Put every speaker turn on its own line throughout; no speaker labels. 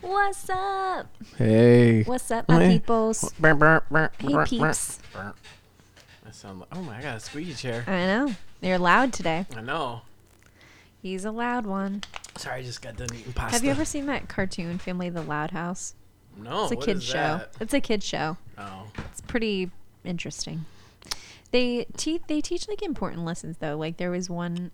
What's up?
Hey.
What's up, my
Hey.
peoples? Hey, peeps.
I sound like, oh my, I got a squeaky chair.
I know. You're loud today.
I know.
He's a loud one.
Sorry, I just got done eating pasta.
Have you ever seen that cartoon, Family the Loud House?
No.
It's a
Oh, what
kid
is
show.
that?
It's a kid show.
Oh.
It's pretty interesting. They te- they teach like important lessons though. Like there was one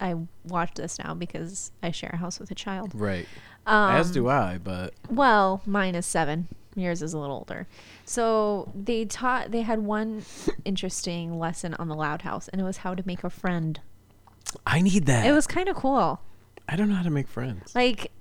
I watched this now because I share a house with a child.
Right.
Um,
As do I, but
Well, mine is seven. Yours is a little older. So they taught, they had one interesting lesson on the Loud House, and it was how to make a friend.
I need that.
It was kind of cool.
I don't know how to make friends.
Like,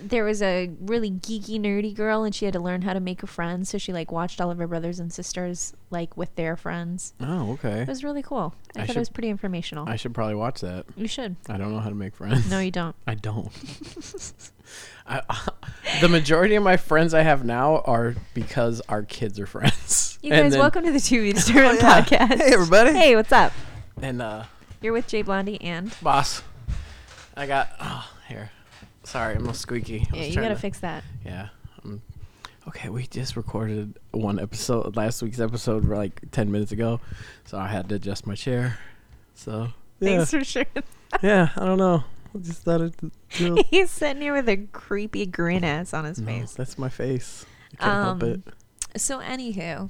there was a really geeky, nerdy girl, and she had to learn how to make a friend. So she, like, watched all of her brothers and sisters, like, with their friends.
Oh, okay.
It was really cool. I,
I
thought
should-
it was pretty informational.
I should probably watch that.
you should.
I don't know how to make friends.
No, you don't.
I don't. I, the majority of my friends I have now are because our kids are friends.
You
And
guys,
then- Oh,
welcome to the Two Weeks to Run
yeah.
podcast.
Hey, everybody.
Hey, what's up?
And uh,
You're with Jay Blondie and.
boss, I got oh, here. Sorry, I'm a little squeaky. I
Yeah,
was
you
trying
gotta
to-
fix that.
Yeah. Um, okay, we just recorded one episode last week's episode like ten minutes ago, so I had to adjust my chair. So yeah,
Thanks for sharing
yeah. I don't know. I just thought it. You know,
He's sitting here with a creepy grin ass on his
no,
face.
that's my face. I can't
Um,
help it.
So, anywho,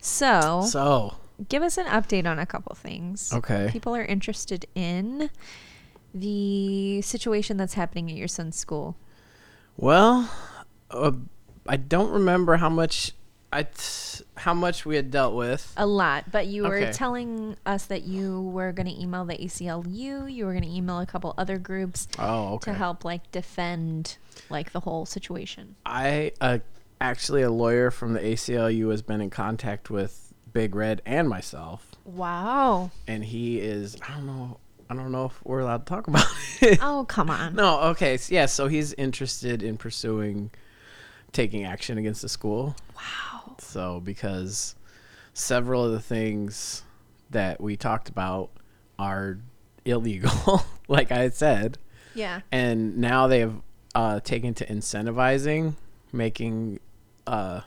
so
So
give us an update on a couple things.
okay.
People are interested in the situation that's happening at your son's school.
Well, uh, I don't remember how much I t- how much we had dealt with.
A lot, but you were
Okay.
telling us that you were going to email the ACLU. You were going to email a couple other groups
Oh, okay.
Uh, to help, like, defend like the whole situation.
I uh, actually a lawyer from the ACLU has been in contact with Big Red and myself,
Wow.
and he is I don't know I don't know if we're allowed to talk about it.
Oh, come on.
no, okay, s- yeah. So he's interested in pursuing taking action against the school.
Wow.
So because several of the things that we talked about are illegal, like I had said,
Yeah.
and now they have uh, taken to incentivizing, making, uh,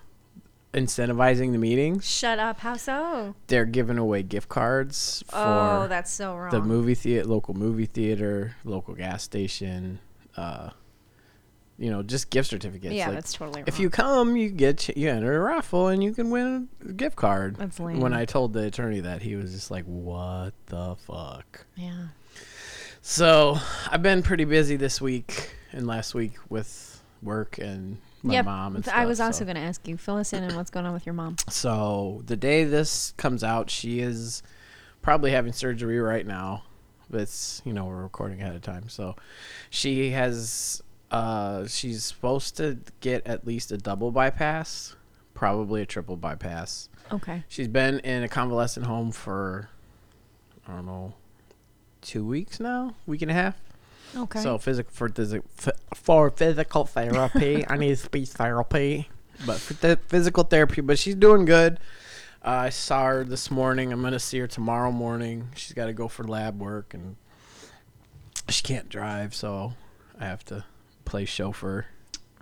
incentivizing the meetings.
Shut up. How so?
They're giving away gift cards for
Oh, that's so wrong.
the movie theater, local movie theater, local gas station. Uh, you know, just gift certificates.
yeah,
like,
that's totally wrong.
if you come, you get ch- you enter a raffle and you can win a gift card.
That's lame.
When I told the attorney that, he was just like, "What the fuck?"
yeah,
So I've been pretty busy this week and last week with work and my mom and
th-
stuff.
I was also
so.
going to ask you, fill us in on what's going on with your mom.
So the day this comes out, she is probably having surgery right now. But It's you know we're recording ahead of time, so she has uh she's supposed to get at least a double bypass, probably a triple bypass.
Okay.
She's been in a convalescent home for I don't know two weeks now, week and a half.
Okay.
So physical for physi- f- for physical therapy, I need speech therapy, but for th- physical therapy. But she's doing good. Uh, I saw her this morning. I'm gonna see her tomorrow morning. She's got to go for lab work, and she can't drive, so I have to play chauffeur.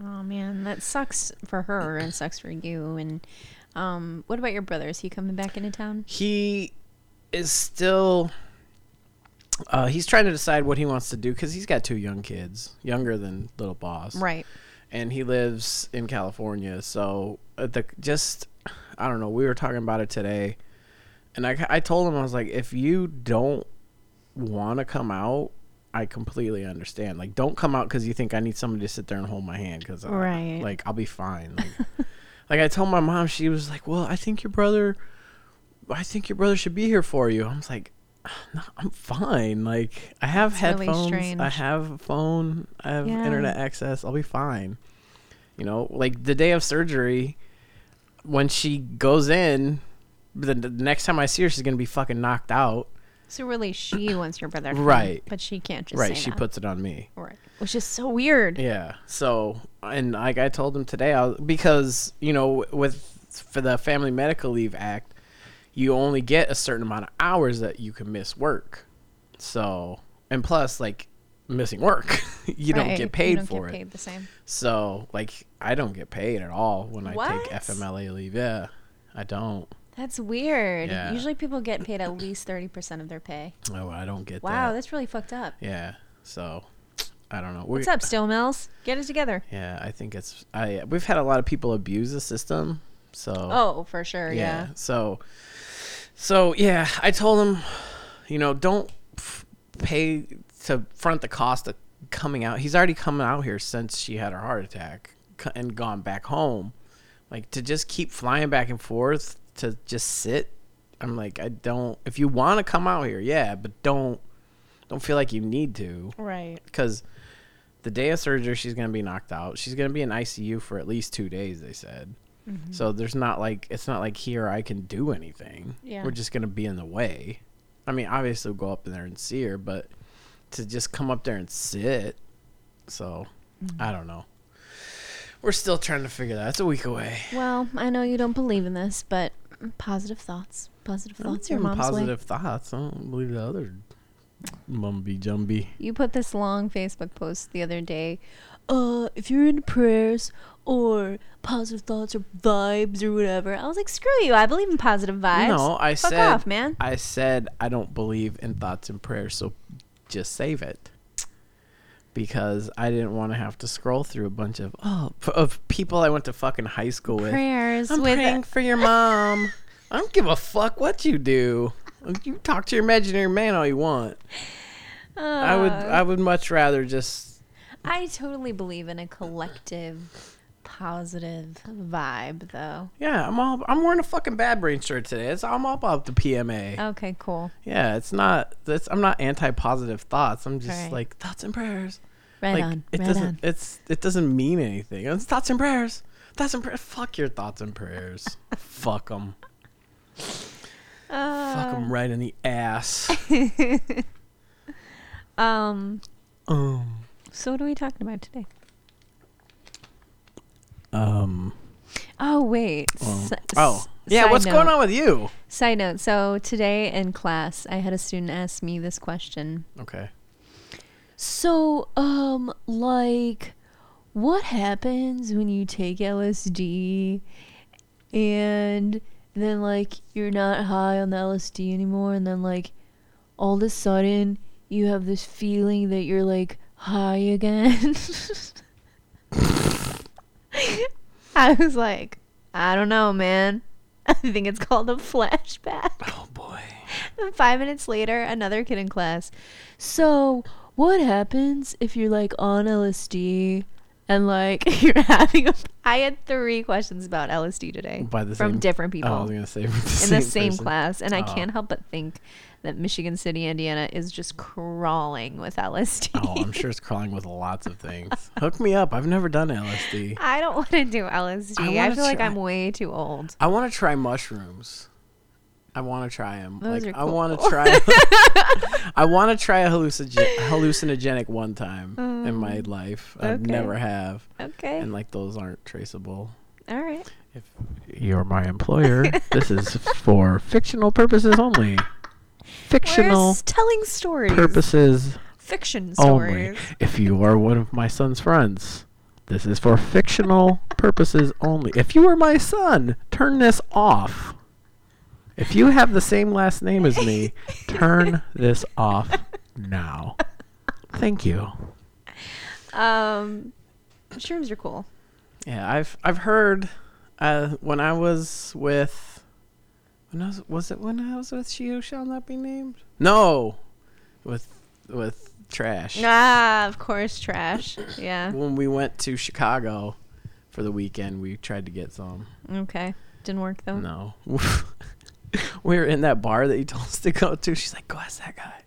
oh man, that sucks for her and sucks for you. And um, what about your brother? Is he coming back into town?
He is still. Uh, he's trying to decide what he wants to do because he's got two young kids, younger than little boss.
Right.
and he lives in California. So uh, the just I don't know. We were talking about it today, and I I told him I was like, if you don't want to come out, I completely understand. Like, don't come out because you think I need somebody to sit there and hold my hand because
Right.
like I'll be fine. Like, like I told my mom, she was like, well, I think your brother, I think your brother should be here for you. I was like. No, I'm fine. Like I have
It's really
headphones. I
strange.
have a phone. I have
Yeah.
internet access. I'll be fine. You know, like the day of surgery, when she goes in, the, the next time I see her, she's gonna be fucking knocked out.
So really, she wants your brother. to come,
Right.
But she can't just
right?
say
She
that.
puts it on me.
Right. Which is so weird.
Yeah. So, and like I told him today, I was, because you know, with for the Family Medical Leave Act, you only get a certain amount of hours that you can miss work. So, and plus, like missing work. you don't
Right.
get paid
you don't
for
get
it.
Paid the same.
So like I don't get paid at all when I
What?
take FMLA leave. Yeah. I don't.
That's weird.
Yeah.
Usually people get paid at least thirty percent of their pay.
Oh, I don't get
Wow,
that.
that's really fucked up.
Yeah. So I don't know.
What's up, Still Mills? Get it together.
Yeah, I think it's I we've had a lot of people abuse the system. So
Oh, for sure. Yeah.
So, so yeah, I told him, you know, don't f- pay to front the cost of coming out. He's already coming out here since she had her heart attack c- and gone back home. Like to just keep flying back and forth to just sit. I'm like, I don't. If you want to come out here, yeah, but don't don't feel like you need to
Right.
because the day of surgery she's going to be knocked out she's going to be in icu for at least two days they said
Mm-hmm.
so there's not like it's not like here i can do anything
Yeah.
we're just going to be in the way i mean obviously we'll go up there and see her but to just come up there and sit so
Mm-hmm.
i don't know we're still trying to figure that it's a week away
Well, I know you don't believe in this, but positive thoughts. Positive
I'm
thoughts. Your
giving
mom's way.
positive thoughts i don't believe the other mumby jumby
You put this long Facebook post the other day. Uh, if you're into prayers or positive thoughts or vibes or whatever, I was like, screw you. I believe in positive vibes.
No, I
Fuck
said
off, man.
I said I don't believe in thoughts and prayers, so just save it. Because I didn't want to have to scroll through a bunch of oh p- of people I went to fucking high school with.
prayers
I'm
with
praying for your mom. I don't give a fuck what you do. You talk to your imaginary man all you want.
Uh,
I would I would much rather just
I totally believe in a collective positive vibe, though.
yeah. I'm all I'm wearing a fucking bad brain shirt today. It's, I'm all about the PMA.
Okay, cool.
yeah, it's not. That's I'm not anti positive thoughts. I'm just
Right.
like thoughts and prayers.
Right
like,
on.
It
right
doesn't.
on.
It's it doesn't mean anything. It's thoughts and prayers. Thoughts and prayers. Fuck your thoughts and prayers. Fuck them.
Uh,
Fuck them right in the ass.
Um.
um.
So what are we talking about today?
Um.
Oh wait. S-
oh.
s-
Yeah.
side
What's going
note-
on with you?
Side note. So today in class, I had a student ask me this question.
Okay.
So, um, like, what happens when you take LSD and then like you're not high on the LSD anymore, and then like all of a sudden you have this feeling that you're like high again? I was like, I don't know, man. I think it's called a flashback.
Oh boy.
And five minutes later, another kid in class. So, what happens if you're like on LSD and like you're having a. I had three questions about LSD today
By the
from
same-
different people
Oh, I was gonna say in
in the same class. And I
Oh.
can't help but think that Michigan City, Indiana is just crawling with LSD.
Oh, I'm sure it's crawling with lots of things. Hook me up. I've never done LSD.
I don't want to do LSD.
I
I,
wanna
feel like
try-
I'm way too old.
I want to try mushrooms. I want to try them.
Those
like
are
I
cool.
want to try. I want to try a hallucinogen- hallucinogenic one time in my life. I
Um, okay.
never have,
Okay.
and like those aren't traceable.
All right.
If you're my employer, this is for fictional purposes only.
We're
Fictional
s- telling stories.
purposes
Fiction
only.
stories.
If you are one of my son's friends, this is for fictional purposes only. If you are my son, turn this off. If you have the same last name as me, turn this off now. Thank you.
Um, shrooms are cool.
Yeah, I've I've heard uh, when I was with when I was was it when I was with she who shall not be named? No, with with trash.
Ah, of course, trash. Yeah.
when we went to Chicago for the weekend, we tried to get some.
Okay. Didn't work though.
No. we were in that bar that you told us to go to. She's like, go ask that guy.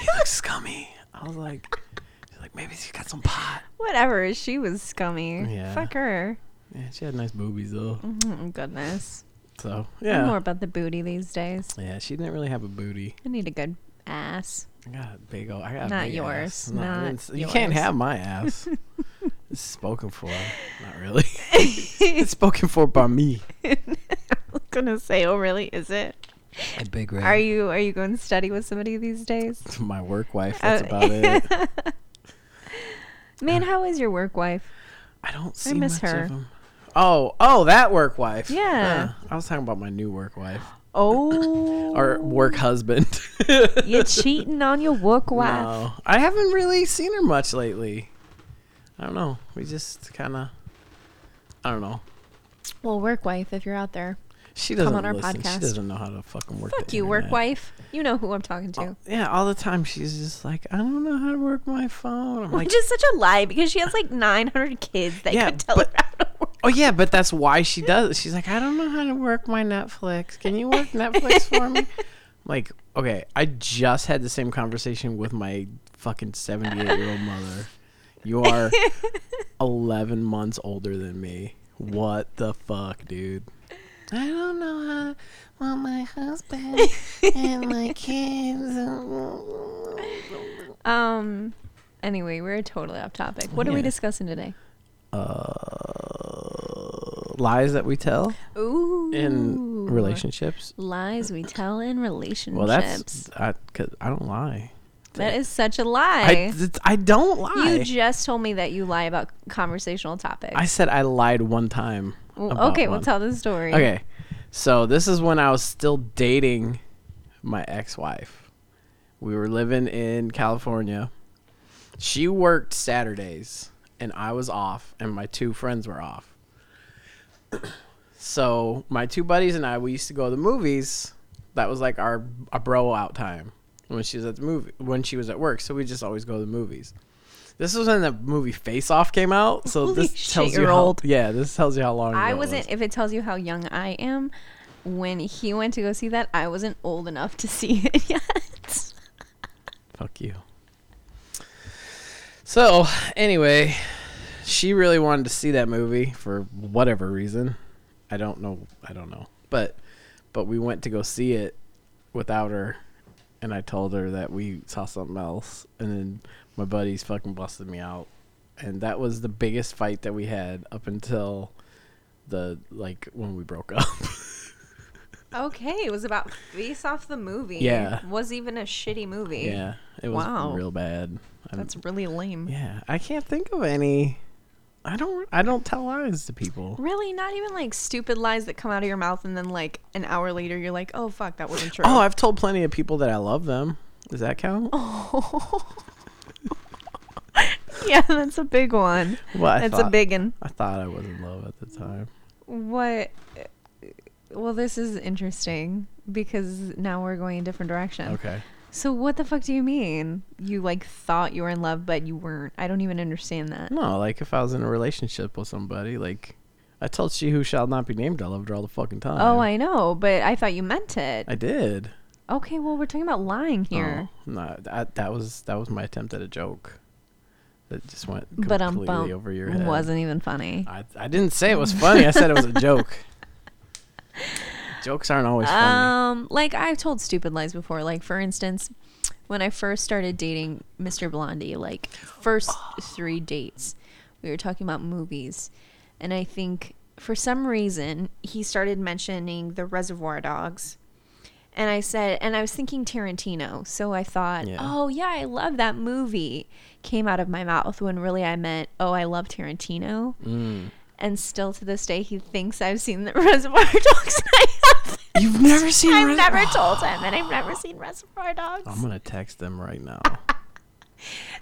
he looks scummy. I was like, she's like, maybe he's got some pot.
Whatever. She was scummy.
Yeah.
Fuck her.
Yeah, she had nice boobies though.
Mm, goodness.
So
I'm more
yeah,
about the booty these days.
yeah, she didn't really have a booty.
I need a good ass.
I got a big old. I got a
Not
big
yours.
ass. No, I
Not
didn't s- You can't
yours.
have my ass. it's spoken for. Not really. it's spoken for by me.
I was gonna say, oh really? Is it?
A big red.
Are you are you going to study with somebody these days?
My work wife. That's
Oh.
about it.
Man, how is your work wife?
I don't see
miss
much
her.
of 'em. Oh, oh, that work wife.
Yeah.
Uh, I was talking about my new work wife
Oh,
or work husband.
you cheating on your work wife?
No, I haven't really seen her much lately. I don't know. We just kind of. I don't know.
Well, work wife, if you're out there,
She doesn't
on our
listen. She
podcast.
doesn't know how to fucking work.
fuck
the
you, work
internet.
wife. You know who I'm talking to.
Yeah, all the time she's just like, I don't know how to work my phone. I'm like,
Which is such a lie because she has like 900 kids that
Yeah,
could tell
but-
her how to work.
oh yeah, but that's why she does it. She's like, I don't know how to work my Netflix. Can you work Netflix for me? I'm like, okay, I just had the same conversation with my fucking 78 year old mother. You are 11 months older than me. What the fuck, dude? I don't know how. Well, my husband and my kids.
Um. Anyway, we're totally off topic. What are we
Yeah.
discussing today?
Uh, Lies that we tell.
Ooh.
in relationships.
Lies we tell in relationships.
Well, that's I, cause I don't lie.
That is such a
I,
lie.
it's- I don't lie.
you just told me that you lie about conversational topics.
I said I lied one time.
Well,
about
okay, we'll
one.
tell the story.
Okay, so this is when I was still dating my ex-wife. We were living in California. She worked Saturdays, and I was off, and my two friends were off. so my two buddies and I, we used to go to the movies. That was like our a bro out time when she was at the movie when she was at work. So we just always go to the movies. This was when the movie Face Off came out, so
Holy
this
shit,
tells you
you're
how,
old.
yeah, this tells you how long.
I
ago it was.
wasn't. If it tells you how young I am, when he went to go see that, I wasn't old enough to see it yet.
Fuck you. So, anyway, she really wanted to see that movie for whatever reason. I don't know. I don't know. But but we went to go see it without her and I told her that we saw something else and then my buddies fucking busted me out. And that was the biggest fight that we had up until the like when we broke up.
okay, it was about Face Off the movie.
Yeah.
was even a shitty movie.
yeah. It was
Wow.
real bad. I'm-
that's really lame.
Yeah, I can't think of any. I don't. I don't tell lies to people.
Really, not even like stupid lies that come out of your mouth, and then like an hour later, you're like, "Oh fuck, that wasn't true."
Oh, I've told plenty of people that I love them. Does that count?
Oh. yeah, that's a big one.
well, I
that's
thought,
a big one.
I thought I was in love at the time.
What? uh, Well, this is interesting because now we're going a different direction.
Okay.
So what the fuck do you mean? You like thought you were in love, but you weren't. I don't even understand that.
No, like if I was in a relationship with somebody, like I told she who shall not be named, I loved her all the fucking time.
Oh, I know, but I thought you meant it.
I did.
okay, well, we're talking about lying here.
Oh, no, that that was that was my attempt at a joke. That just went
but um,
completely
bump
over your head.
wasn't even funny.
I, I didn't say it was funny. I said it was a joke. Jokes aren't always funny.
Um, like I've told stupid lies before. Like for instance, when I first started dating Mr. Blondie, like first three dates, we were talking about movies, and I think for some reason he started mentioning the Reservoir Dogs. And I said, and I was thinking Tarantino. So I thought,
Yeah.
oh, yeah, I love that movie. Came out of my mouth when really I meant, oh, I love Tarantino.
Mm.
And still to this day, he thinks I've seen the Reservoir Dogs. and I haven't.
You've never seen Oh.
I've
Res-
never told him, and I've never seen Reservoir Dogs.
I'm gonna text them right now.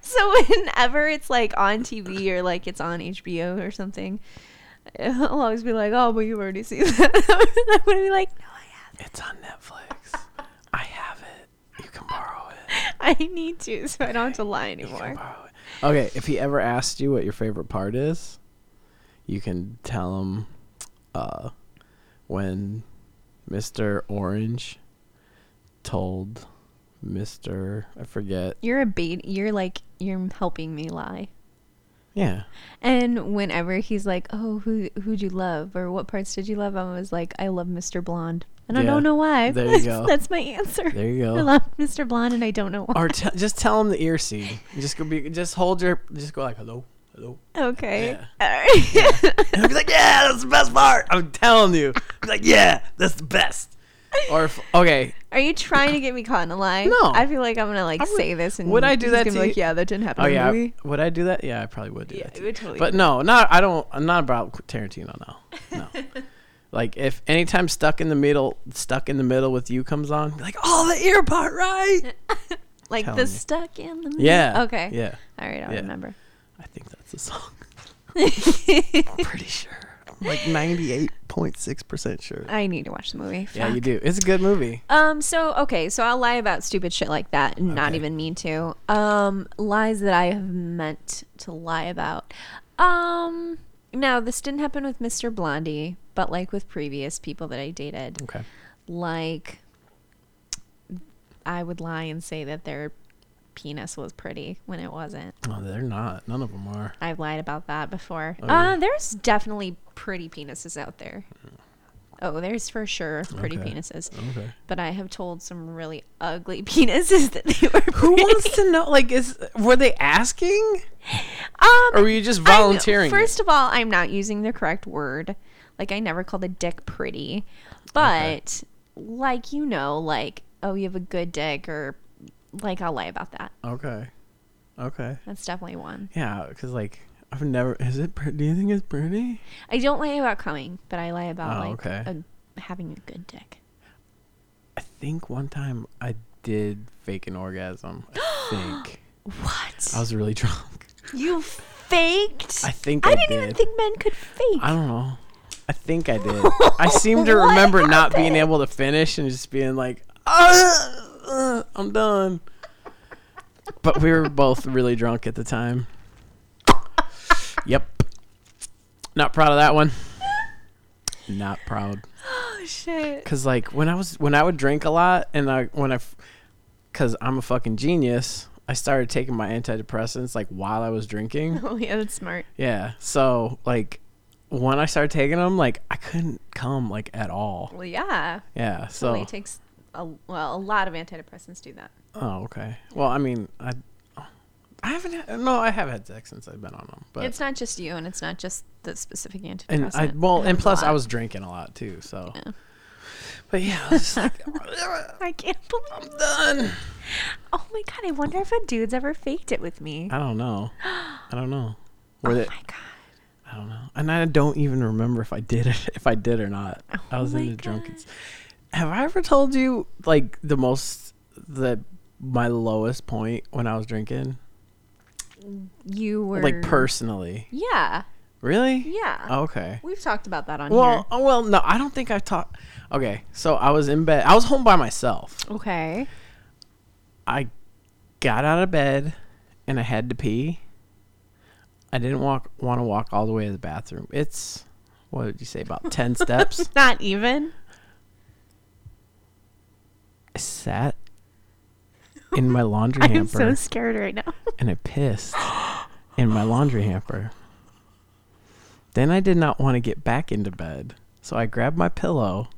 so whenever it's like on TV or like it's on HBO or something, I'll always be like, "Oh, but you've already seen that." I'm gonna be like, "No, I
it's on Netflix. I have it. You can borrow it.
haven't. I need to, so I don't have to lie
You can
anymore."
borrow it. Okay, if he ever asked you what your favorite part is, you can tell him uh, when Mr. Orange told Mr. I forget.
You're a bait. You're like you're helping me lie.
Yeah.
And whenever he's like, "Oh, who who'd you love or what parts did you love?" I was like, "I love Mr. Blonde," and I
Yeah.
don't know why.
There you go.
That's my answer.
There you
I
go.
love Mr. Blonde, and I don't know why.
or t- just tell him the ear scene. Just go be. Just hold your. Just go like hello, hello.
Okay.
Yeah.
All right.
And I'd be like, yeah, that's the best part. I'm telling you. I'd be like, yeah, that's the best. Or if, okay,
Are you trying to get me caught in a lie?
No.
I feel like I'm gonna like
I would-
say this and
would I do
he's
that
gonna be
to you?
like, yeah, that didn't happen.
oh
in the
yeah,
movie."
would I do that? Yeah, I probably would do
yeah,
that.
it
Too.
would totally.
But no, not I don't. I'm not about Tarantino. No, no. like if anytime stuck in the middle, stuck in the middle with you comes on, like oh the ear part right.
like the
telling you.
stuck in the middle.
Yeah.
Mm, Okay.
Yeah,
All right, I'll
Yeah.
remember.
I think that's the song. I'm pretty sure. I'm like 98.6% sure.
I need to watch the movie.
Yeah,
Fuck.
you do. It's a good movie.
Um, so okay, so I'll lie about stupid shit like that and not
Okay.
even mean to. Um, lies that I have meant to lie about. Um, now this didn't happen with Mr. Blondie, but like with previous people that I dated,
Okay.
like I would lie and say that their penis was pretty when it wasn't.
Oh, they're not. None of them are.
I've lied about that before.
Oh,
uh,
yeah.
there's definitely pretty penises out there. Oh, there's for sure pretty
Okay.
penises
Okay.
but I have told some really ugly penises that they were. Pretty.
Who wants to know? Like, is were they asking,
Um,
or were you just
I'm-
volunteering? it?
first of all, I'm not using the correct word. Like I never called a dick pretty, but like you know, like oh, you have a good dick, or like I'll lie about that.
okay. Okay.
That's definitely one.
Yeah, because like I've never. Is it? pre- Do you think it's pretty?
I don't lie about coming, but I lie about
Oh,
like
okay.
a, having a good dick.
I think one time I did fake an orgasm. I think
What
I was really drunk.
you faked?
I think I,
I, didn't
did.
even think men could fake.
I don't know. I think I did. I seem to
What
remember not being
happened?
able to finish and just being like, "Ah, uh, I'm done. But we were both really drunk at the time. Yep. Not proud of that one. Not proud.
oh shit!
Cause like when I was when I would drink a lot and I when I, f- cause I'm a fucking genius. I started taking my antidepressants like while I was drinking.
Oh yeah, that's smart.
Yeah. So like when I started taking them, like I couldn't come like at all.
Well, yeah.
Yeah.
Well,
So
it takes a, well a lot of antidepressants do that.
oh okay. Well, I mean I. I haven't had, no, I have had sex since I've been on them, but
it's not just you, and it's not just the specific antidepressant.
and I well,
It
and
happens a
plus I
lot.
was drinking a lot too, so.
Yeah.
But yeah, I was just like, "Ugh,
I can't believe.
I'm done.
Oh my god! I wonder if a dude's ever faked it with me.
I don't know. I don't know. Were
oh
they,
my god!
I don't know, and I don't even remember if I did it, if I did or not. I
Oh
was
my
in a drunken. s- Have I ever told you like the most the my lowest point when I was drinking,
You were
like personally?
Yeah,
Really?
yeah.
Okay.
We've talked about that on
Well, oh, well, no, I don't think I've talked. Okay, so I was in bed. I was home by myself.
here. Okay.
I got out of bed and I had to pee. I didn't walk want to walk all the way to the bathroom. It's what did you say about 10 steps?
Not even.
I sat in my laundry
I'm so
hamper
scared right now.
and I pissed in my laundry hamper. Then I did not want to get back into bed, so I grabbed my pillow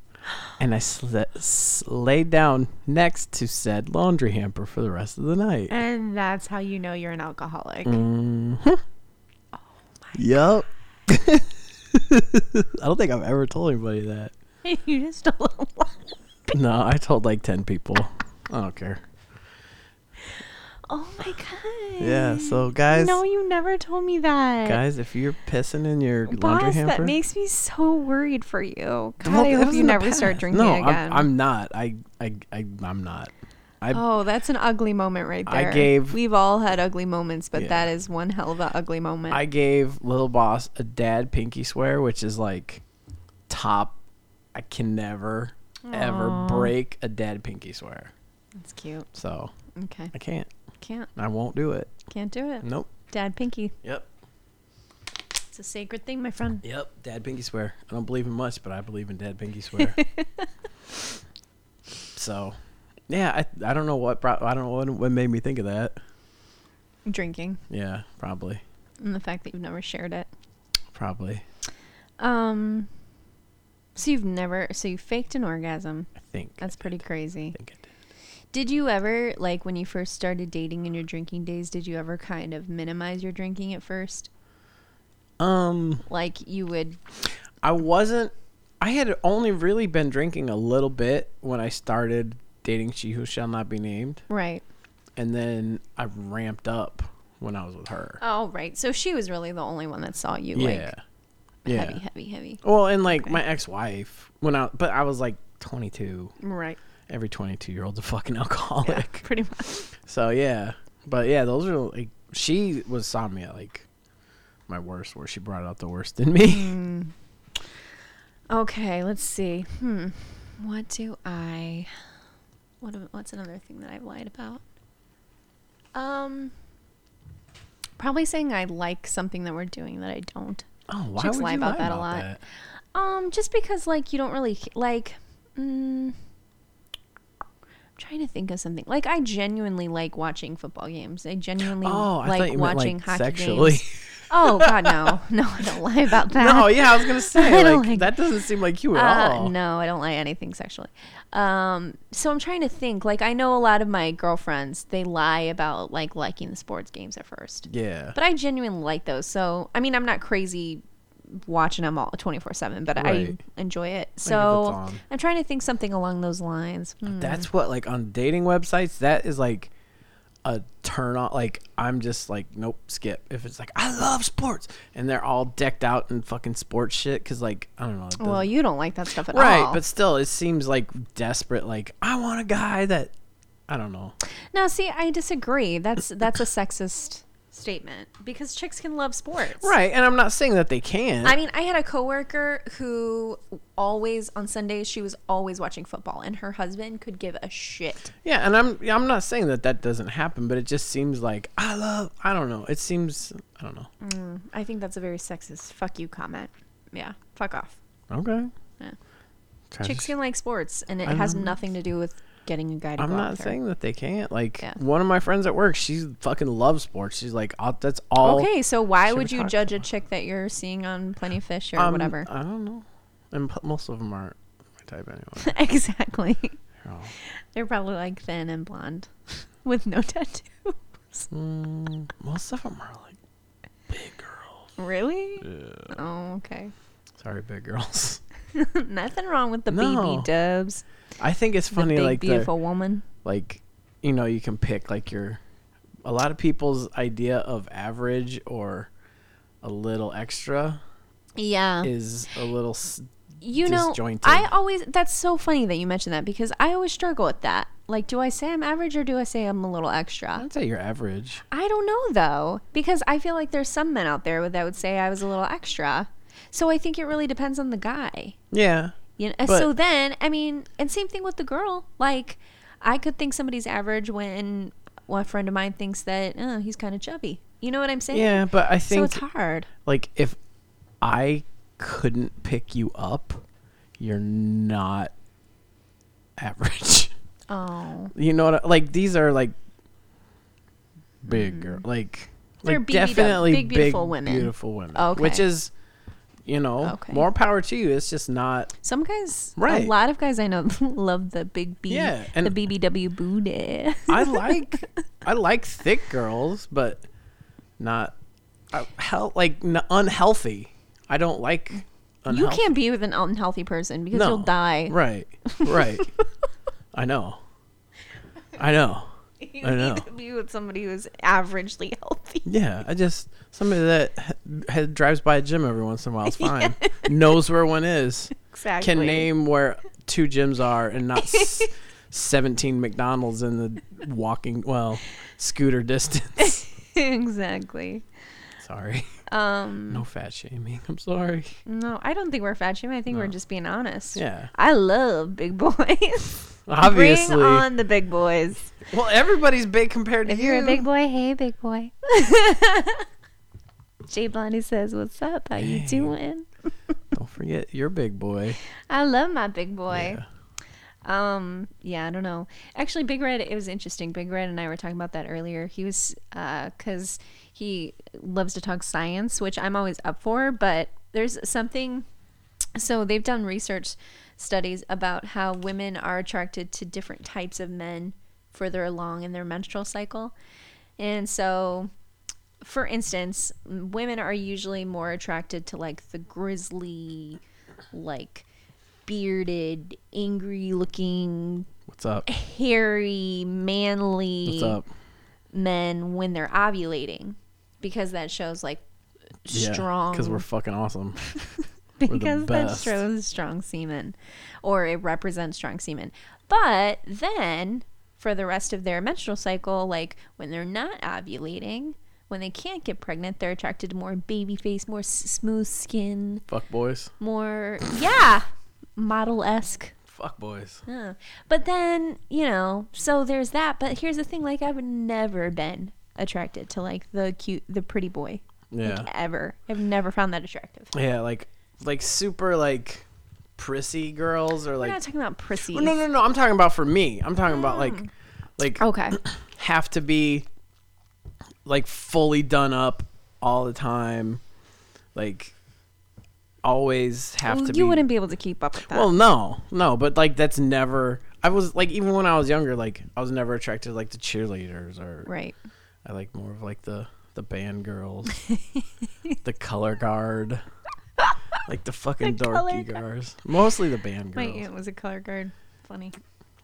and I sla- s- laid down next to said laundry hamper for the rest of the night.
and that's how you know you're an alcoholic.
Mm. Yep. I don't think I've ever told anybody that.
you just a little.
No, I told like 10 people. I don't care.
Oh my god.
Yeah, so guys,
No, you never told me that.
guys, if you're pissing in your laundry
Boss,
hamper,
that makes me so worried for you. God,
Well,
I
it
hope
was
you
in the
never start
past.
drinking
no,
again.
I'm, I'm not. I I I I'm not. I
oh, that's an ugly moment right
I
there.
gave-
We've all had ugly moments, but
Yeah.
that is one hell of an ugly moment.
I gave little boss a dad pinky swear, which is like top. I can never ever break a dad pinky swear.
That's cute.
So
Okay,
I can't.
can't
I won't do it.
can't do it.
Nope.
Dad, pinky.
Yep.
It's a sacred thing, my friend.
Yep, Dad Pinky Swear. I don't believe in much, but I believe in Dad Pinky Swear. so, yeah, I I don't know what brought, I don't know what, what made me think of that.
Drinking
Yeah, probably,
and the fact that you've never shared it.
probably.
Um. So you've never. So you faked an orgasm.
I think.
That's pretty crazy.
I think I did.
Did you ever, like when you first started dating in your drinking days, did you ever kind of minimize your drinking at first?
Um,
Like you would,
I wasn't. I had only really been drinking a little bit when I started dating she who shall not be named,
Right.
and then I ramped up when I was with her.
Oh, right. So she was really the only one that saw you Oh,
yeah,
like
yeah.
heavy, heavy, heavy.
Well, and like
Okay.
my ex-wife when I, but I was like 22.
Right.
Every 22-year-old's a fucking alcoholic.
Yeah, pretty much.
So yeah, but yeah, those are like she was saw me at like my worst, where she brought out the worst in
Mm.
me.
Okay, let's see. Hmm. What do I what am- what's another thing that I've lied about? Um probably saying I like something that we're doing that I don't.
Oh, why
Chicks
would
lie
you
about
lie
that a
about
lot.
that?
Um, just because like you don't really c- like. Mm, I'm trying to think of something. Like I genuinely like watching football games. I genuinely
Oh, I thought
like
you meant
watching
like
hockey
sexually.
games. Oh God, no, no, I don't lie about that.
no, yeah, I was gonna
I
say
don't
like,
like-
that doesn't seem like you at
Uh,
all.
No, I don't lie anything sexually. Um, so I'm trying to think. Like I know a lot of my girlfriends, they lie about like liking the sports games at first.
Yeah,
But I genuinely like those. So I mean, I'm not crazy watching them all 24 seven, but
Right.
I enjoy it.
it's
So
on.
I'm trying to think something along those lines. Hmm.
that's what like on dating websites. That is like a turn on. Like I'm just like nope, skip. If it's like I love sports and they're all decked out in fucking sports shit, because like I don't know. it
well,
doesn't-
you don't like that stuff at
right,
all.
but still, it seems like desperate. Like I want a guy that I don't know.
no, see, I disagree. That's that's a sexist statement because chicks can love sports.
Right, and I'm not saying that they can.
I mean, I had a coworker who always on Sundays she was always watching football, and her husband could give a shit.
yeah, and I'm I'm not saying that that doesn't happen, but it just seems like I love. I don't know. It seems I don't know.
I think that's a very sexist "fuck you" comment. Yeah, fuck off.
Okay.
Yeah.
Try to
Chicks can like sports, and it
I
has
know.
nothing to do with getting a guy to
I'm
go out
not
there.
saying that they can't. Like
Yeah.
one of my friends at work, she fucking loves sports. She's like, "Oh, that's all.
Okay, so why
Should we
would you
talk
judge a chick that you're seeing on Plenty of Fish or
Um,
whatever?
I don't know. And p- most of them aren't my type anyway.
exactly.
They're all,
They're probably like thin and blonde with no tattoo.
mm, most of them are like big girls.
Really? Oh, okay.
Sorry, big girls.
Nothing wrong with the
No.
BB dubs.
I think it's funny,
the big,
like the
beautiful woman.
like you know you can pick like your a lot of people's idea of average or a little extra
Yeah.
is a little s-
you know,
disjointed.
I always, that's so funny that you mentioned that because I always struggle with that. Like, do I say I'm average or do I say I'm a little extra?
i'd say you're average
I don't know though, because I feel like there's some men out there that would say I was a little extra. So I think it really depends on the guy.
yeah
You know, so then, I mean, and same thing with the girl. Like, I could think somebody's average when well, a friend of mine thinks that oh, he's kind of chubby. You know what I'm saying?
yeah but i
So
think
it's hard.
like if i couldn't pick you up you're not average
Oh,
you know what I, like these are like big girl like
Mm-hmm. They're
like
BBW,
definitely
big, beautiful women.
beautiful women
Okay.
which is you know
Okay.
more power to you it's just not
some guys,
Right.
A lot of guys I know love the big B,
Yeah, and-
the BBW booty.
i like i like thick girls but not I, hell like n- unhealthy i don't like
you
unhealthy.
can't be with an unhealthy person because
No.
you'll die.
right right i know i know
You
I know.
need to be with somebody who's averagely healthy.
Yeah, I just somebody that ha- ha- drives by a gym every once in a while is fine. Knows where one is.
Exactly.
Can name where two gyms are and not s- 17 McDonald's in the walking well, scooter distance.
exactly.
sorry.
Um.
No fat shaming. I'm sorry.
No, I don't think we're fat shaming. I think we're just being honest.
Yeah.
I love big boys.
Obviously.
Bring on the big boys.
Well, everybody's big compared to
If
you.
you're a big boy, hey, big boy. Jay Blondie says, What's up? How you
Hey.
doing?
Don't forget you're a big boy.
I love my big boy. Um, yeah, I don't know. Actually, Big Red, it was interesting. Big Red and I were talking about that earlier. He was, uh, cause he loves to talk science, which I'm always up for, but there's something. So they've done research studies about how women are attracted to different types of men further along in their menstrual cycle. And so, for instance, women are usually more attracted to like the grizzly, like bearded, angry looking,
What's up?
hairy, manly
What's up?
men when they're ovulating because that shows like strong
Because we're fucking awesome. the
because that
best.
shows strong semen or it represents strong semen but then for the rest of their menstrual cycle like when they're not ovulating when they can't get pregnant they're attracted to more baby face more s- smooth skin
Fuck boys.
more yeah model-esque
Fuck boys.
Huh. But then, you know, so there's that. But here's the thing: like, I've never been attracted to like the cute, the pretty boy.
Yeah.
Like, ever. I've never found that attractive.
Yeah, like like super like prissy girls or
We're
like
not talking about prissy.
Oh, no no no. I'm talking about for me. I'm talking about like
Mm.
like
Okay.
have to be like fully done up all the time, like always have
Well,
to.
you
be,
wouldn't be able to keep up with that.
Well, no, no, but like that's never. I was like even when I was younger, like I was never attracted like to cheerleaders or
right.
I like more of like the the band girls, the color guard, like the fucking
The color
dorky girls. Mostly the band
My
girls.
aunt was a color guard. Funny.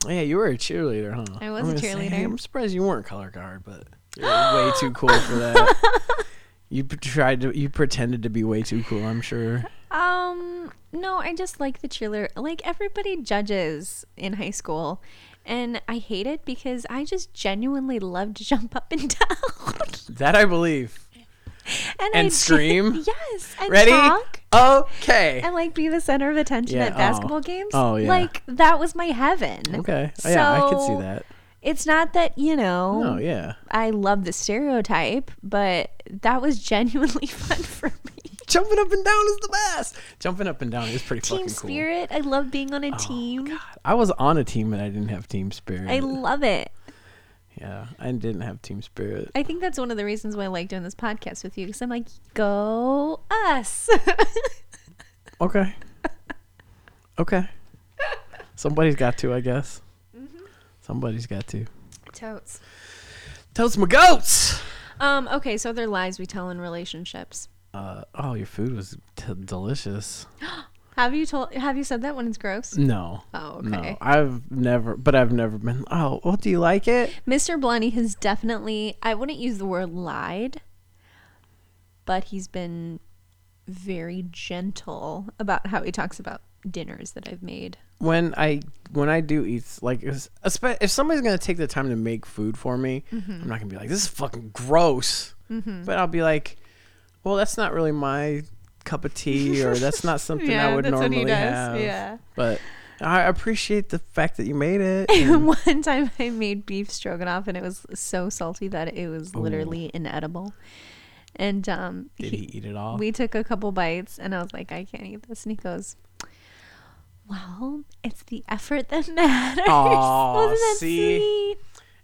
Yeah, you were a cheerleader, huh?
I was
I'm
a
gonna say,
cheerleader.
I'm surprised you weren't color guard, but you're way too cool for that. You p- tried to. You pretended to be way too cool. I'm sure.
Um, no, I just like the cheerleader. Like everybody judges in high school, and I hate it because I just genuinely love to jump up and down
That I believe.
and,
And
I-
scream?
yes, and
Ready?
talk. Um,
Okay.
and like be the center of attention
Yeah,
at
oh.
basketball games.
Oh, yeah.
Like that was my heaven.
Okay. Oh, yeah, I could see
So,
that.
It's not that, you know,
No, yeah.
I love the stereotype, but that was genuinely fun for me.
Jumping up and down is the best. Jumping up and down is pretty
Team
fucking cool. Oh,
spirit. I love being on a team.
I was on a team and I didn't have team spirit.
I love it.
yeah, I didn't have team spirit.
I think that's one of the reasons why I like doing this podcast with you because I'm like, go us.
Okay. okay. Somebody's got to, I guess.
Mm-hmm.
Somebody's got to.
Totes.
Toast my goats.
Um, okay, so they're lies we tell in relationships.
Uh, oh, your food was t- delicious.
Have you told have you said that when it's gross?
No.
Oh,
No,
okay.
I've never, but I've never been. Oh, well, do you like it?
Mr. Blaney has definitely, I wouldn't use the word lied, but he's been very gentle about how he talks about dinners that I've made.
when I when I do eat, like it's- espe- if somebody's gonna take the time to make food for me,
Mm-hmm.
I'm not gonna be like this is fucking gross. But I'll be like, well, that's not really my cup of tea, or that's not something I
Yeah,
would
that's what he
normally
does,
have.
yeah.
But I appreciate the fact that you made it. and-
One time I made beef stroganoff and it was so salty that it was literally inedible. And um,
Did he eat it all?
we took a couple bites and I was like, I can't eat this. And he goes, Well, it's the effort that matters.
Aw,
Wasn't that
see?
sweet?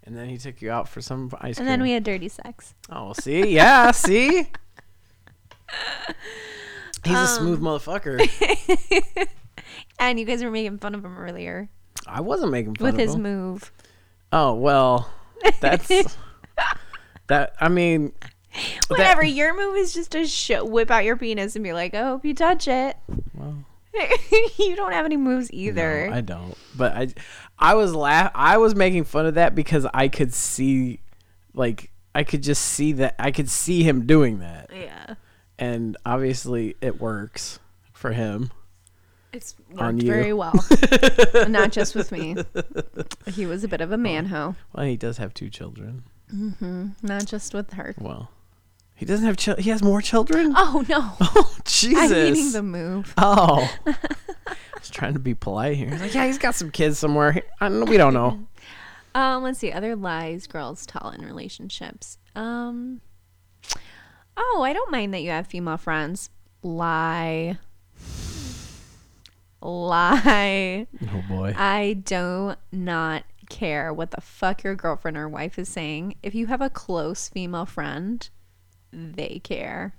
and then he took you out for some ice
And
cream.
then we had dirty sex.
oh, see, yeah, see. He's a smooth
Um,
motherfucker.
And you guys were making fun of him earlier
I wasn't making fun
with
of
his
him.
move.
Oh well, that's that. I mean,
Whatever, your move is just to sh- whip out your penis and be like, I hope you touch it.
Well.
you don't have any moves either.
no, I don't. But I, I was laugh. I was making fun of that because I could see, like, I could just see that. I could see him doing that,
yeah.
and obviously, it works for him.
It's
On
worked
you.
very well. Not just with me. He was a bit
Oh.
of a manho.
Well, he does have two children.
Not just with her.
Well, he doesn't have. Chil- he has more children.
Oh, no.
Oh, Jesus!
I'm eating the move.
Oh. I was trying to be polite here. He's like, yeah, he's got some kids somewhere. I don't, we don't know.
Um, let's see. Other lies girls tell in relationships. Um, oh, I don't mind that you have female friends. Lie. Lie.
Oh boy.
I do not care what the fuck your girlfriend or wife is saying. If you have a close female friend, they care.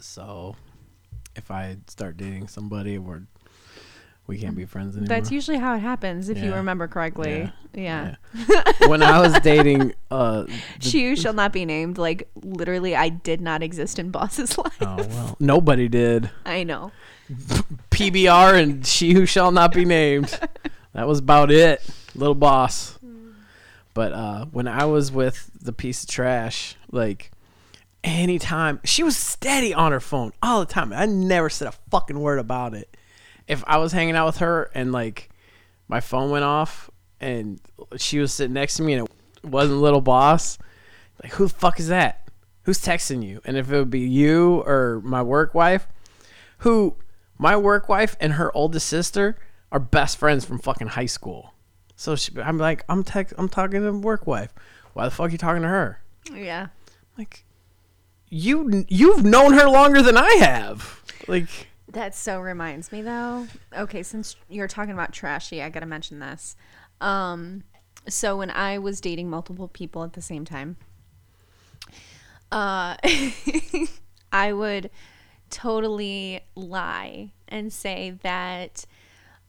So, if I start dating somebody, we're we can't be friends anymore.
That's usually how it happens, if you
Yeah.
remember correctly. Yeah.
Yeah. when I was dating, uh, the-
She who shall not be named. Like literally, I did not exist in Boss's life.
oh well, nobody did.
I know.
PBR and She Who Shall Not Be Named. That was about it. Little boss. But uh, when I was with the piece of trash, like anytime she was steady on her phone all the time. I never said a fucking word about it. If I was hanging out with her and like my phone went off and she was sitting next to me and it wasn't little boss, like who the fuck is that? Who's texting you? And if it would be you or my work wife, who my work wife and her oldest sister are best friends from fucking high school. So she, I'm like, I'm text, I'm talking to work wife. Why the fuck are you talking to her?
Yeah.
Like, you you've known her longer than I have. Like,
That's
So reminds me though. Okay, since you're talking about trashy, I gotta mention this. Um, so when I was dating multiple people at the same time, uh, I would totally lie and say that,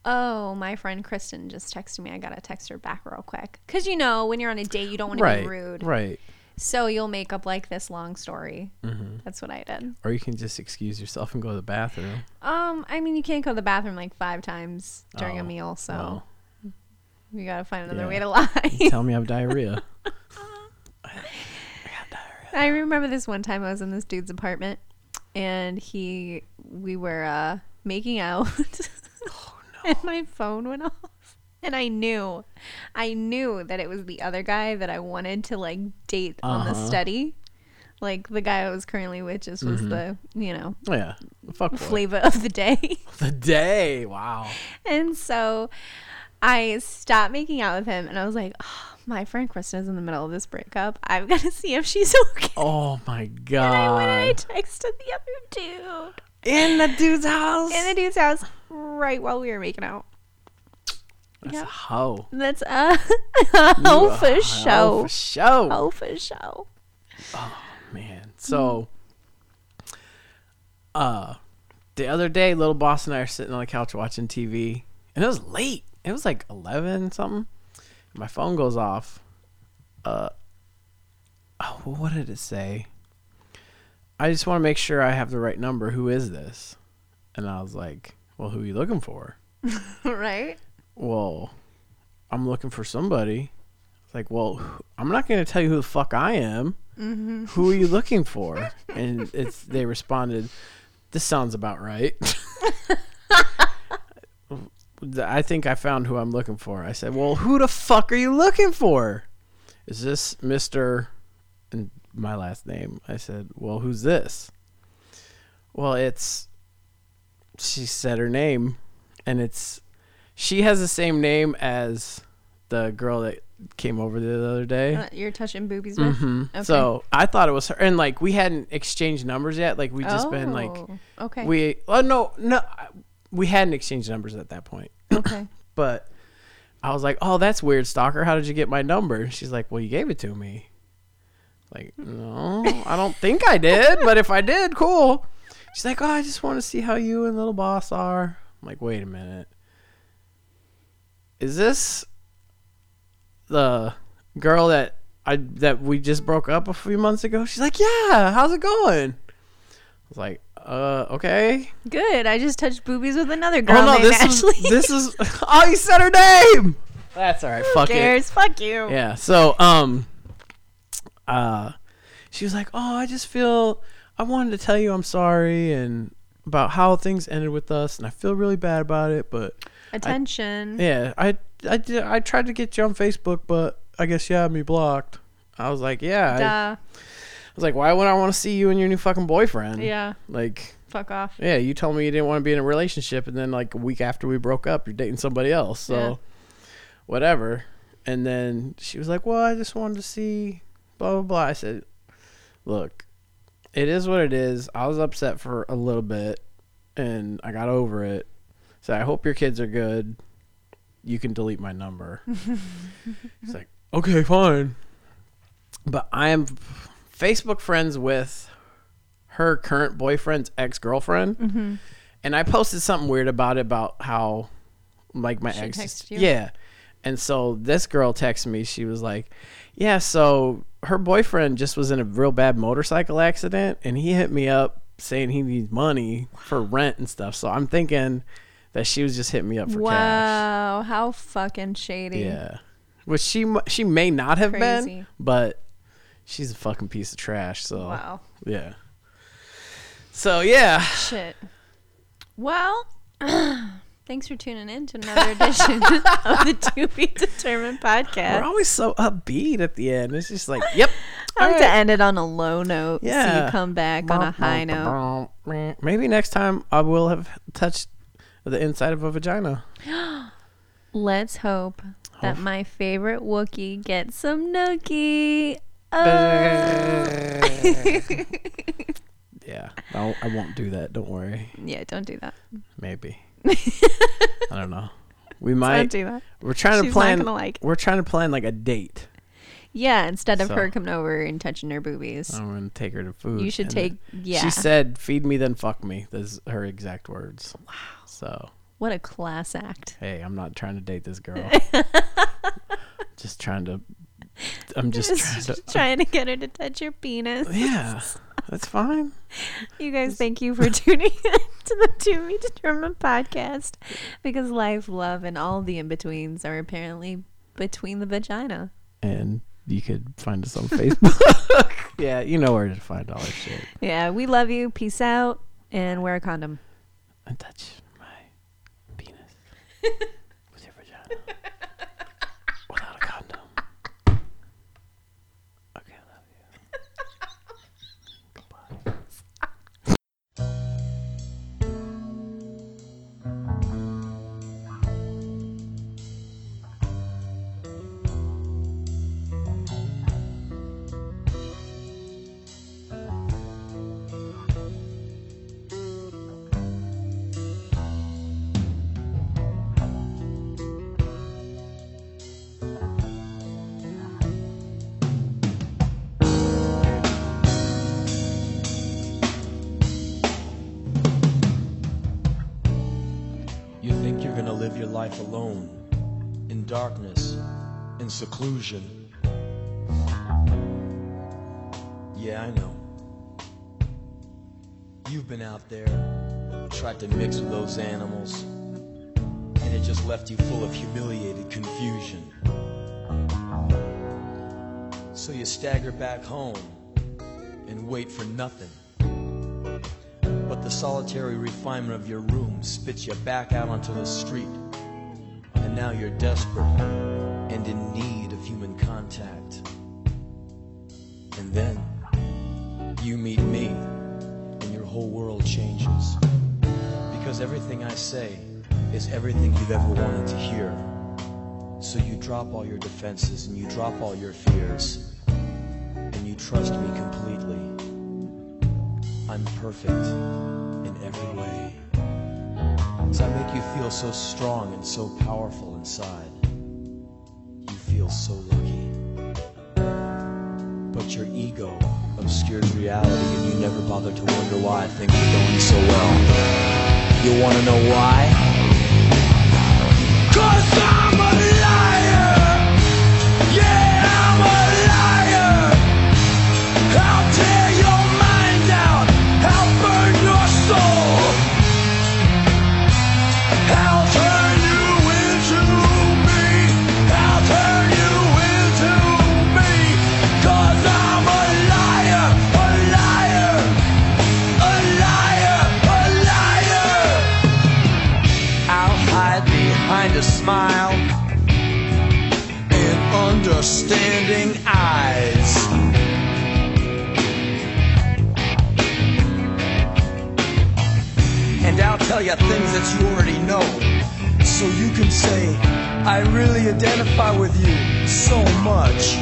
oh, my friend Kristen just texted me. I gotta text her back real quick. Cause you know when you're on a date, you don't want to
right,
be rude,
right.
so you'll make up like this long story.
Mm-hmm.
That's what I did.
Or you can just excuse yourself and go to the bathroom.
Um, I mean, you can't go to the bathroom like five times during
Oh,
a meal, so
well.
you gotta find another
Yeah.
way to lie.
Tell me I have diarrhea.
I remember this one time I was in this dude's apartment, and he, we were uh, making out,
Oh,
and my phone went off, and I knew, I knew that it was the other guy that I wanted to like date on the
Uh-huh.
study, like the guy I was currently with just was the you know
yeah, fuck Mm-hmm. boy.
flavor of the day.
the day. Wow.
And so I stopped making out with him and I was like, oh, my friend Krista's in the middle of this breakup. I've got to see if she's okay.
Oh my
And I went and I
god.
texted the other dude
In the dude's house.
in the dude's house right while we were making out.
That's
yeah.
a hoe.
That's a, a hoe for show.
oh, For show.
Hoe for show.
man. So, uh, the other day, little boss and I are sitting on the couch watching TV, and it was late. It was like eleven something. My phone goes off. Uh, oh, well, what did it say? I just want to make sure I have the right number. Who is this? And I was like, Well, who are you looking for?
right?
well, I'm looking for somebody. It's like, well, wh- I'm not going to tell you who the fuck I am. Who are you looking for? And it's they responded, this sounds about right. Th- I think I found who I'm looking for. I said, well, who the fuck are you looking for? Is this Mr. and my last name? I said, well, who's this? Well, it's she said her name and it's she has the same name as the girl that came over the other day.
Uh, You're touching boobies with?
Mhm.
okay.
So I thought it was her, and like we hadn't exchanged numbers yet. Like we just been like
Oh, Okay.
we oh no no we hadn't exchanged numbers at that point.
okay.
But I was like, oh that's weird, stalker. How did you get my number? And she's like, well you gave it to me. Like no, I don't think I did. But if I did, cool. She's like, oh I just want to see how you and little boss are. I'm like, wait a minute. Is this the girl that I that we just broke up a few months ago? She's like, yeah. How's it going? I was like, uh, okay.
Good. I just touched boobies with another girl named
Oh, this
Ashley.
is this is oh you said her name. That's all right. Fuck it.
Cares. Fuck you.
Yeah. So um, uh, she was like, oh, I just feel I wanted to tell you I'm sorry and about how things ended with us, and I feel really bad about it, but
Attention.
yeah, I I did, I tried to get you on Facebook, but I guess you had me blocked. I was like, yeah. I, I
Duh.
was like, why would I want to see you and your new fucking boyfriend?
Yeah.
Like,
Fuck off.
yeah, you told me you didn't want to be in a relationship, and then like a week after we broke up, you're dating somebody else. So,
Yeah.
whatever. And then she was like, "Well, I just wanted to see, blah blah blah." I said, "Look, it is what it is. I was upset for a little bit, and I got over it. So I hope your kids are good. You can delete my number." She's like, "Okay, fine." But I am Facebook friends with her
Mm-hmm.
current boyfriend's ex girlfriend. And I posted something weird about it about how like my
She
ex.
texted you?
Yeah. And so this girl texted me. She was like, "Yeah, so her boyfriend just was in a real bad motorcycle accident, and he hit me up saying he needs money for rent and stuff." So I'm thinking that she was just hitting me up for cash.
wow, how fucking shady.
Yeah. Which she mu- she may not have been,
Crazy.
but she's a fucking piece of trash. So
Wow.
yeah. So yeah,
Shit. Well, thanks for tuning in to another edition of the To Be Determined
we're
podcast.
always so upbeat at the end. It's just like, yep.
I like
all
to
right.
end it on a low note so
Yeah.
you come back on a high note.
Maybe next time I will have touched the inside of a vagina.
Let's hope that my favorite Wookiee gets some nookie. Oh.
yeah, I'll, I won't do that. Don't worry.
Yeah, don't do that.
Maybe. I don't know. We
Don't
might.
do that.
We're trying to
She's not
plan.
gonna like it.
We're trying to plan like a date.
Yeah, instead of
So-
her coming over and touching her boobies.
I'm gonna take her to food.
You should
and
take-
then-
yeah.
She said, "Feed me, then fuck me." That's her exact words. Wow. So
What a class act.
hey, I'm not trying to date this girl. just trying to. I'm just trying to.
Just trying to get her to touch your penis.
Yeah, that's fine.
You guys, thank you for tuning in to the To Be Determined podcast because life, love, and all the in betweens are apparently between the vagina.
And you could find us on Facebook. yeah, you know where to find all our shit.
Yeah, we love you. Peace out and wear a condom.
And touch my penis with your vagina without a condom. Okay, I love you. Goodbye.
You think you're gonna live your life alone, in darkness, in seclusion. Yeah, I know. You've been out there, tried to mix with those animals, and it just left you full of humiliated confusion. So you stagger back home and wait for nothing but the solitary refinement of your room spits you back out onto the street. And now you're desperate and in need of human contact. And then you meet me, and your whole world changes. Because everything I say is everything you've ever wanted to hear. So you drop all your defenses and you drop all your fears, and you trust me completely. I'm perfect in every way. As I make you feel so strong and so powerful inside, you feel so lucky. But your ego obscures reality and you never bother to wonder why things are going so well. You wanna know why? Cause I'm a liar! Yeah, I'm a liar! I'll tear your mind out. I'll burn your soul. I'll turn you into me. I'll turn you into me. Cause I'm a liar, a liar, a liar, a liar. I'll hide behind a smile and understanding eyes. and I'll tell you things that you already know. So you can say, I really identify with you so much.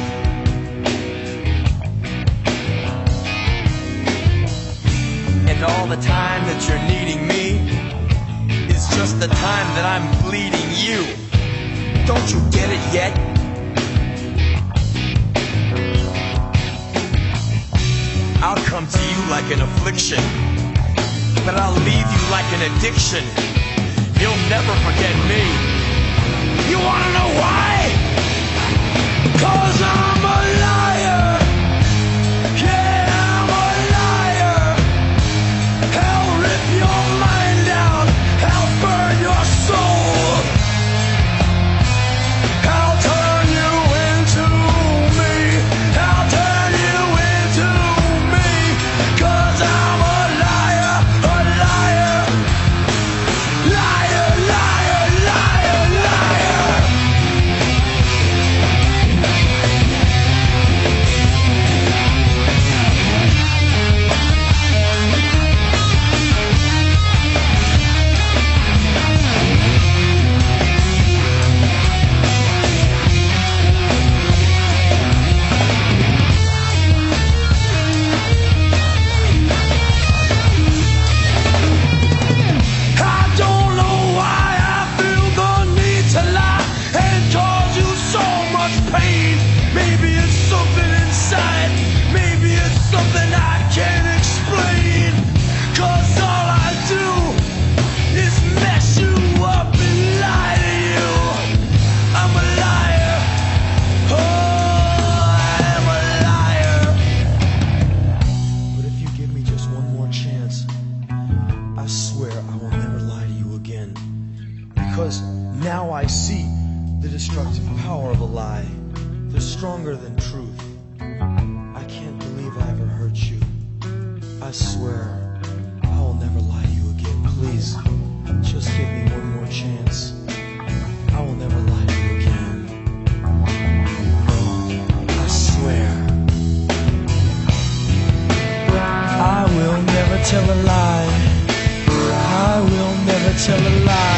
And all the time that you're needing me is just the time that I'm bleeding you. Don't you get it yet? I'll come to you like an affliction but I'll leave you like an addiction. You'll never forget me. You wanna know why? Cause I'm a liar. Yeah, I'm a liar. I'll rip your mind out. I'll burn your soul. I'll turn you into me. I'll turn you into me. Cause I'm a liar, a liar. Liar, liar, liar, liar. I don't know why I feel the need to lie and cause you so much pain. Maybe it's something inside. Maybe it's something I can't explain. Cause all I do is mess you up and lie to you. I'm a liar. Oh, I am a liar. But if you give me just one more chance, I swear I will never lie to you again. Because now I see the destructive power of a lie. They're stronger than truth. I can't believe I ever hurt you. I swear I will never lie to you again. Please, just give me one more chance. I will never lie to you again. I swear. I will never tell a lie. I will never tell a lie. Oh,